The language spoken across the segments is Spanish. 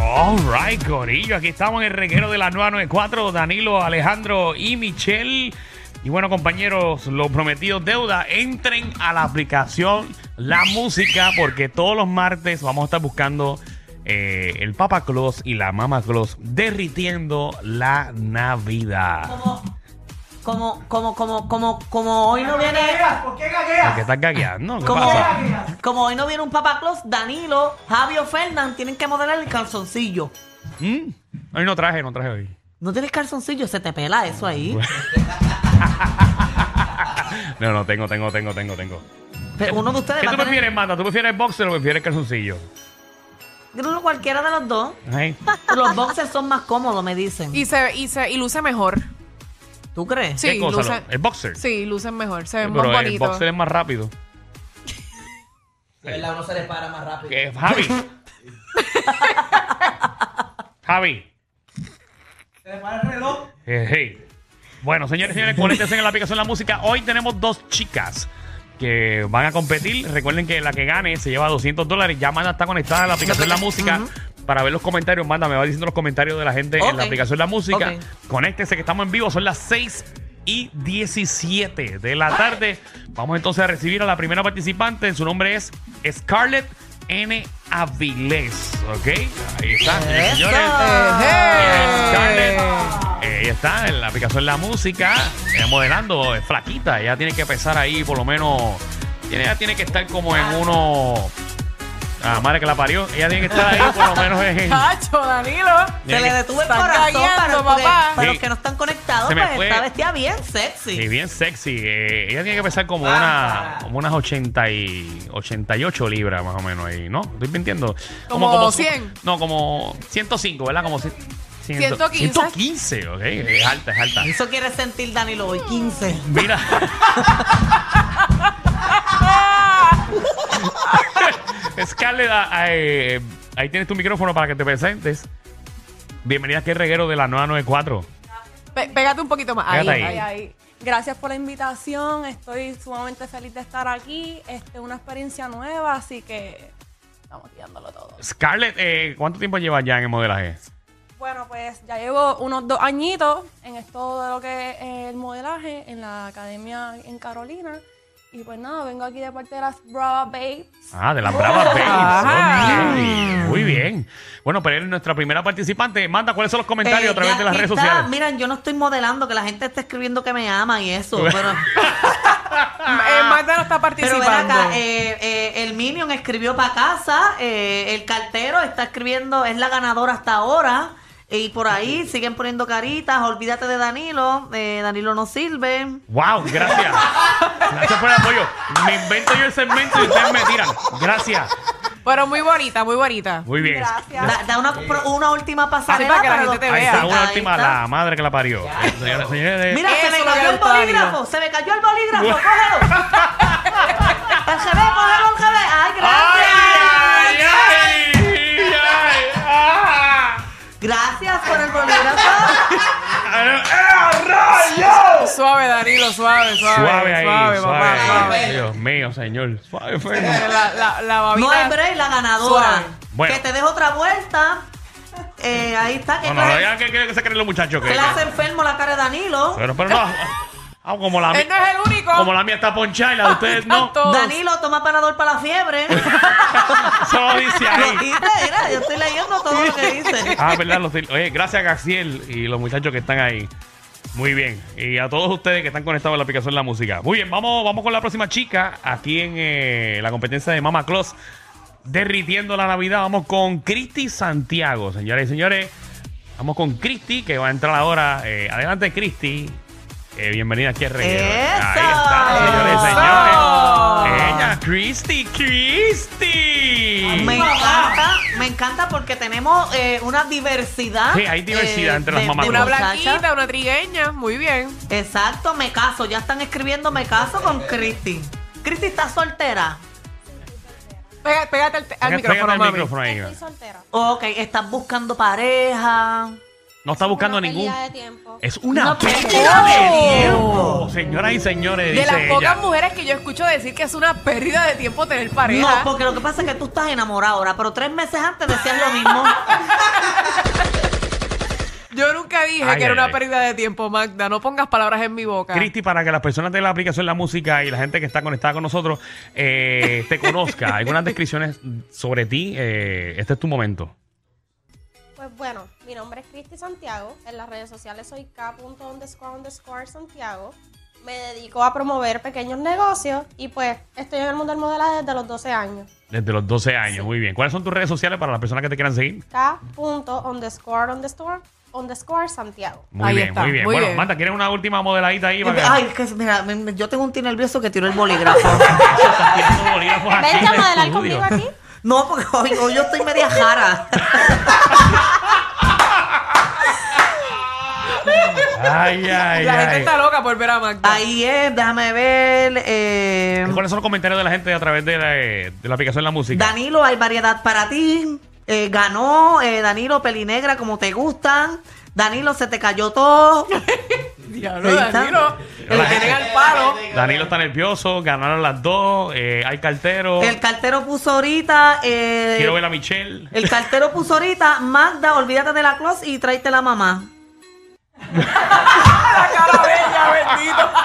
All right, Corillo. Aquí estamos en el reguero de la 994. Danilo, Alejandro y Michelle. Y bueno, compañeros, los prometidos deuda, entren a la aplicación La Música porque todos los martes vamos a estar buscando eh, el Papa Claus y la Mama Claus derritiendo la Navidad. como, como, como, como, como, como hoy no viene, ¿Por qué gagueas? ¿Qué estás gagueando? ¿Qué como, pasa? como hoy no viene un Papa Claus, Danilo, Javier Fernández tienen que modelar el calzoncillo. ¿Mm? Hoy no traje, no traje hoy. No tienes calzoncillo, se te pela eso ahí. No, no, tengo, tengo, tengo, tengo, tengo. Pero uno de ustedes ¿Qué va tú a tener. prefieres, Manda? ¿Tú prefieres boxer o prefieres calzoncillo? ¿Eh? Yo creo que cualquiera de los dos. Ay. Los boxers son más cómodos, me dicen. Y se, y se y luce mejor. ¿Tú crees? Sí, ¿Qué cosa? lucen- ¿El boxer? Sí, lucen mejor, se ven Sí, más pero el bonitos. boxer es más rápido. verdad, uno se le para más rápido. Que- Javi. Javi. Se le para el reloj. Eh, hey. Bueno, señores y señores, conéctense en la aplicación La Música. Hoy tenemos dos chicas que van a competir. Recuerden que la que gane se lleva 200 dólares. Ya Manda está conectada a la aplicación La Música. Para ver los comentarios, Manda me va diciendo los comentarios de la gente en la Ok. aplicación La Música. Ok. Conéctense que estamos en vivo. Son las 6 y 17 de la tarde. Vamos entonces a recibir a la primera participante. Su nombre es Scarlett N. Avilés. ¿Ok? Ahí está, señoras y señores. Eh, Scarlett. Eh, Ella está en la aplicación La Música, eh, modelando, es flaquita. Ella tiene que pesar ahí, por lo menos. tiene- Ella tiene que estar como en uno. Ah, madre que la parió. Ella tiene que estar ahí, por lo menos en. ¡Cacho, Danilo! Se tiene le que- detuvo el Están corazón para, cayendo, porque- papá. para los Sí. que no están conectados, Se me pues fue. está vestida bien y sexy. bien sexy. Eh, ella tiene que pesar como Ah. una como unas 80 y 88 libras más o menos ahí, ¿no? Estoy mintiendo. Como su- 100. No, como 105, ¿verdad? Como cien- ciento- 115. 115, ok. Es alta, es alta. Eso quiere sentir Danilo hoy, 15. Mira. Ah. Scarlett, ah, eh, ahí tienes tu micrófono para que te presentes. Bienvenida aquí al reguero de la 994. Pe- pégate un poquito más. Ahí, Pégate ahí. ahí. Ay, Gracias por la invitación, estoy sumamente feliz de estar aquí, este, una experiencia nueva, así que estamos tirándolo todo. Scarlett, eh, ¿cuánto tiempo llevas ya en el modelaje? Bueno, pues ya llevo unos dos añitos en esto de lo que es el modelaje en la academia en Carolina. Y pues nada, vengo aquí de parte de las Brava Babes. Ah, de las Bravas Ajá. Babes. Ok, Muy bien. Bueno, pero eres nuestra primera participante. Manda cuáles son los comentarios Pero a través Eh, ya de las aquí redes está. sociales. Miren, yo no estoy modelando, que la gente está escribiendo que me ama y eso. Pero, Eh, Magda no pero está participando. ven acá, eh, eh, el Minion escribió para casa, eh, el cartero está escribiendo, es la ganadora hasta ahora. Y por ahí siguen poniendo caritas, olvídate de Danilo, eh, Danilo no sirve. Wow, gracias. Gracias por el apoyo. Me invento yo el segmento y ustedes me tiran. Gracias. Pero muy bonita, muy bonita. Muy bien. Gracias. Da, da una, pro- una última pasarela Así para que la gente los- te Ahí vea. está, una Ahí última, está. la madre que la parió. Señoras y señores. Mira, Eso se me es lo que cayó le el gusta a Danilo. bolígrafo, se me cayó el bolígrafo, cógelo. Al revés, cógelo al revés. Ay, ¡Ay, ay, gracias. ay! ay, ah. Gracias por el bolígrafo. Suave, Danilo, suave, suave. Suave ahí, suave, papá, suave. Dios mío, señor. Suave, Eh, Fernan. La, la, la babita. No eh, hay break, la ganadora. Suave. Bueno. Que te dejo otra vuelta. Eh, ahí está, que No, no, no, clase, ya que, que, que se creen los muchachos. Que, clase enfermo la cara de Danilo. pero, pero no. Ah, como la, Él no mía, Este es el único. como la mía está ponchada y la de ustedes no. Todos. Danilo, toma panador para la fiebre. Solo dice lo ahí. dice, mira, yo estoy leyendo todo lo que dice. Ah, verdad. Los, oye, gracias a Gaciel y los muchachos que están ahí. Muy bien. Y a todos ustedes que están conectados a la aplicación La Música. Muy bien, vamos, vamos con la próxima chica aquí en eh, la competencia de Mama Claus. Derritiendo la Navidad. Vamos con Cristi Santiago, señores y señores. Vamos con Cristi, que va a entrar ahora. Eh, adelante, Cristi. Eh, bienvenida aquí a Reguero. Ahí está, ¡Eso! señores y señores. ¡Eso! Ella, Cristi, Cristi. Me encanta, me encanta porque tenemos eh, una diversidad. eh, Sí, hay diversidad entre las de- mamás. de Una muchachas. blanquita, una trigueña. Muy bien. Exacto, me caso. Ya están escribiendo me caso con Cristi. Cristi está soltera. Pega- pégate al, te- al Pégate micrófono, al mami. micrófono ahí. Estoy soltera. Ok, estás buscando pareja. No está buscando Una ningún. pérdida de tiempo. Es una No, pérdida ¡Oh! de tiempo. Señoras y señores, De dice las ella. pocas mujeres que yo escucho decir que es una pérdida de tiempo tener pareja. No, porque lo que pasa es que tú estás enamorado ahora, pero tres meses antes decías lo mismo. dije Ay, que era ay, una ay. pérdida de tiempo, Magda. No pongas palabras en mi boca. Cristi, para que las personas de la aplicación La Música y la gente que está conectada con nosotros eh, te conozca, algunas descripciones sobre ti, eh, este es tu momento. Pues bueno, mi nombre es Cristi Santiago. En las redes sociales soy K. underscore underscore Santiago. Me dedico a promover pequeños negocios y pues estoy en el mundo del modelaje desde los 12 años. Desde los 12 años, muy bien. ¿Cuáles son tus redes sociales para las personas que te quieran seguir? K. underscore underscore underscore Santiago. Muy Ahí bien, está, muy bien. muy bueno, bien. Manda, ¿quieres una última modeladita ahí? para que- Ay, es que mira, me- me- yo tengo un tío nervioso que tiró el bolígrafo. Estás tirando bolígrafos aquí Vente en a el modelar estudio. conmigo aquí. No, porque hoy, hoy yo estoy media jara. Ay, ay, la gente ay. está loca por ver a Magda. Ahí es, déjame ver. eh, ¿Cuáles son los comentarios de la gente a través de la, eh, de la aplicación La Música? Danilo, hay variedad para ti. Eh, ganó eh, Danilo Pelinegra como te gustan. Danilo, se te cayó todo. Diablo, Ahí está. Danilo. La El que gente- tenga el palo. Danilo está nervioso, ganaron las dos, eh, hay cartero. El cartero puso ahorita. eh, Quiero ver a Michelle. el cartero puso ahorita. Magda, olvídate de la clos y tráete la mamá. La cara bella, bendito.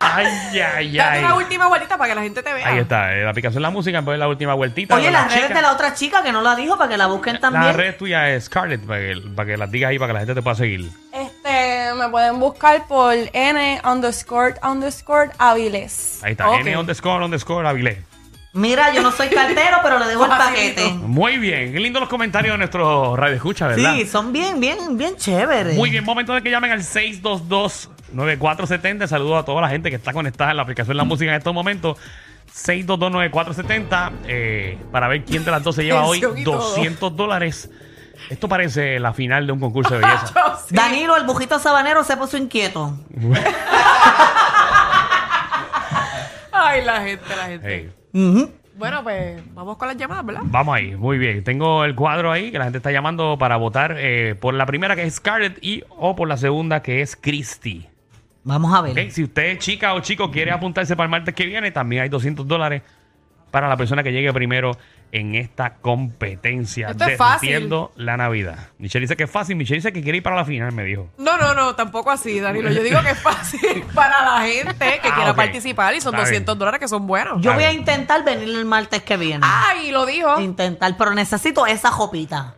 Ay, ay, Date ay. una última vueltita para que la gente te vea. Ahí está, eh, la aplicación La Música, pues la última vueltita. Oye, con las redes chicas. de la otra chica que no la dijo para que la busquen también. La red tuya es Scarlett, para que, para que las digas ahí, para que la gente te pueda seguir. Este, me pueden buscar por N underscore underscore Avilés. Ahí está, Ok. N underscore, underscore, Avilés. Mira, yo no soy cartero, pero le dejo el Facilito. paquete. Muy bien, qué lindos los comentarios de nuestros radioescuchas, ¿verdad? Sí, son bien, bien, bien chéveres. Muy bien, momento de que llamen al 622-9470. Saludos a toda la gente que está conectada en la aplicación La Música en estos momentos. 622-9470 eh, para ver quién de las dos se lleva hoy Tensión y todo. 200 dólares. Esto parece la final de un concurso de belleza. Yo sí. Danilo, el bujito sabanero se puso inquieto. Ay, la gente, la gente. Hey, Ujú. Bueno, pues vamos con las llamadas, ¿verdad? Eh, vamos ahí, muy bien. Tengo el cuadro ahí que la gente está llamando para votar eh, por la primera que es Scarlett y o por la segunda que es Christy. Vamos a ver. Ok, Si usted, chica o chico, quiere apuntarse para el martes que viene, también hay 200 dólares para la persona que llegue primero en esta competencia. Esto es fácil. derritiendo la Navidad. Michelle dice que es fácil. Michelle dice que quiere ir para la final, me dijo. No, no, no, tampoco así, Danilo. Yo digo que es fácil para la gente que Ah, quiera ok. participar y son Está 200 bien. dólares que son buenos. Yo Está voy a bien. intentar venir el martes que viene. Ay, lo dijo. Intentar, pero necesito esa jopita.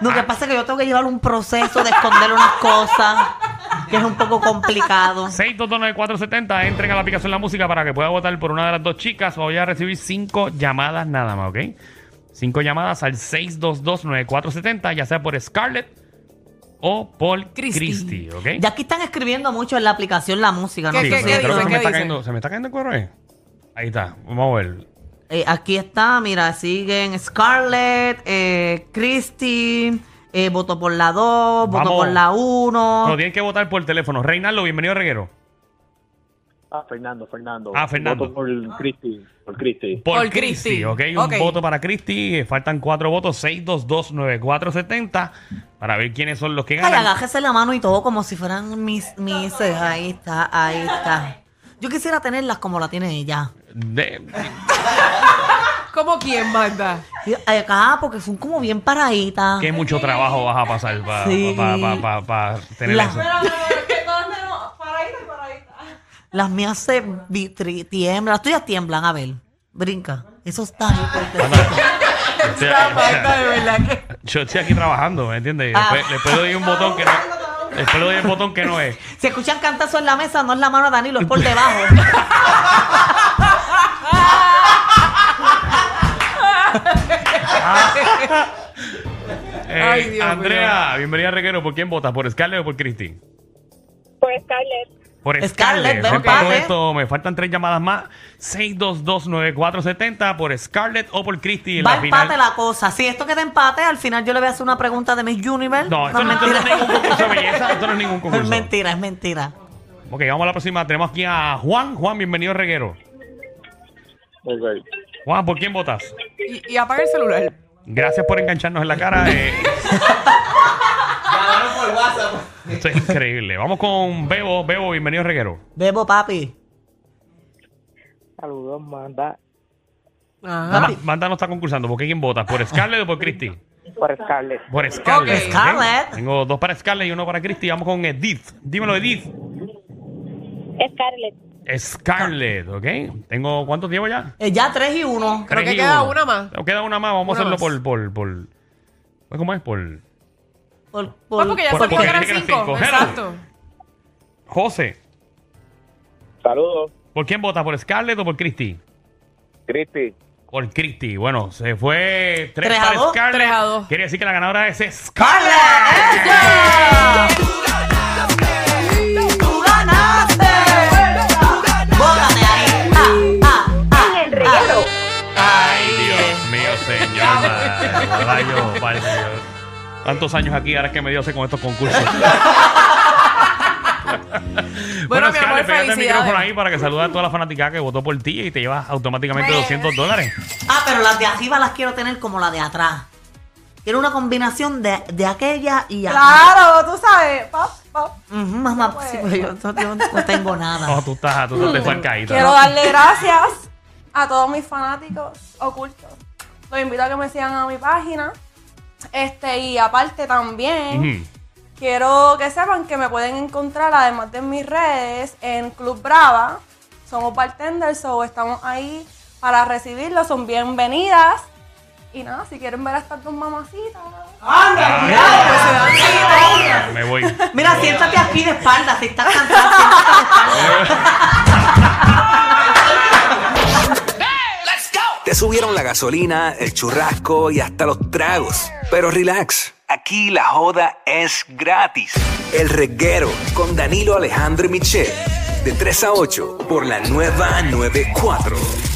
Lo Ah. que pasa es que yo tengo que llevar un proceso de esconder unas cosas que es un poco complicado. 6229470, entren a la aplicación La Música para que pueda votar por una de las dos chicas. Voy a recibir cinco llamadas nada más, ¿ok? Cinco llamadas al 6229470, ya sea por Scarlett o por Christy. Christy, ¿ok? Ya aquí están escribiendo mucho en la aplicación la música. No ¿Qué- Sí, sé qué- si pero qué creo que vieron. se me, está dice? cayendo, se me está cayendo el correo. Ahí está, vamos a ver. Ah. Eh, aquí está, mira, siguen Scarlett, eh, Christy, eh, voto por la 2, voto Vamos. por la 1. No, tienen que votar por teléfono. Reinaldo, bienvenido a Reguero. Ah, Fernando, Fernando. Ah, Fernando. Voto por Cristi, por Cristi. Por, Por Cristi, Cristi. ¿ok? Ok. Un voto para Cristi. eh, Faltan cuatro votos. 6229470 para ver quiénes son los que Ay, ganan. agájese la mano y todo como si fueran mis, mis eh, Ahí está, ahí está. Yo quisiera tenerlas como la tiene ella. De- Ah. ¿Cómo quién, Magda? Y Acá, porque son como bien paraditas. que mucho trabajo vas a pasar para Sí. tener La- eso. Las mías se vitri- tiemblan. Las tuyas tiemblan, a ver. Brinca. Eso está ahí por dentro. Sí, o La sea, Magda, de verdad que. Yo estoy aquí trabajando, ¿me entiendes? Ah. Después, después le doy un botón que no... Después le doy un botón que no es. Si escuchan cantazo en la mesa, no es la mano de Danilo, es por debajo. Eh, Ay, Dios Ah. Andrea, bienvenida a Reguero. ¿Por quién votas? ¿Por Scarlett o por Cristi? Por Scarlett. Por Scarlett, Scarlett. ven, Se empató padre. esto. Me faltan tres llamadas más. 6229470 por Scarlett o por Christy en Va la empate final. la cosa. Si esto que te empate, al final yo le voy a hacer una pregunta de Miss Universe. No, esto no, esto no es ningún concurso de belleza. Esto no es ningún Es concurso. mentira, es mentira. Ok, vamos a la próxima. Tenemos aquí a Juan. Juan, bienvenido a Reguero. Ok. Juan, ¿por quién votas? Y, y apaga el celular. Gracias por engancharnos en la cara. eh, Llamaron por WhatsApp. esto es increíble. Vamos con Bebo. Bebo, bienvenido a Reguero. Bebo, papi. Saludos, manda. Ajá. Ma- Manda no está concursando. ¿Por qué quién vota? ¿Por Scarlett o por Christy? por Scarlett. Por Scarlett. Ok. ¿ok? Scarlett. Tengo dos para Scarlett y uno para Christy. Vamos con Edith. Dímelo, Edith. Scarlett. Scarlett, ¿ok? Tengo, ¿cuánto llevo ya? Eh, ya 3 y 1. Creo Tres que y queda uno. una más. Nos Queda una más. Vamos a Una hacerlo más. por, por, por... ¿pues ¿Cómo es? Por... Por, Pues porque ya por- sabía que porque eran dije que eran cinco. cinco. Hello. Exacto. José. Saludos, ¿Por quién vota? ¿Por Scarlett o por Christy? Cristi. Por Christy. Bueno, se fue 3 Tres a para dos, Scarlett. tres a dos. Quiere decir que la ganadora es Scarlett. ¡Tú ganaste! ¡Bótate ahí! ¡Ah, ah, ah! En el reguero. Ay, Dios mío, señor. Rayo, vale, Dios. Tantos años aquí, ahora es que me dio hacer con estos concursos. Bueno, mi amor, pégate el micrófono felicidades. ahí para que saluda a toda la fanaticada que votó por ti y te llevas automáticamente 200 dólares. Ah, pero las de arriba las quiero tener como la de atrás. Quiero una combinación de, de aquella y acá. Claro, tú sabes. Pop, pop. Ujú, mamá, sí, pero yo no, yo no tengo No, nada. tú estás, tú estás desfalcaíta. Quiero darle gracias a todos mis fanáticos ocultos. Los invito a que me sigan a mi página. Este, y aparte también, Ujú. quiero que sepan que me pueden encontrar, además de en mis redes, en Club Brava. Somos bartenders, o estamos ahí para recibirlos. Son bienvenidas. Y nada, si quieren ver a estas dos mamacitas. ¡Anda! Me voy. Mira, siéntate aquí de espalda, si estás cansada, siéntate de espalda. Te subieron la gasolina, el churrasco y hasta los tragos. Pero relax, aquí la joda es gratis. El reguero con Danilo Alejandro y Michel. De 3 a 8 por la nueva 94.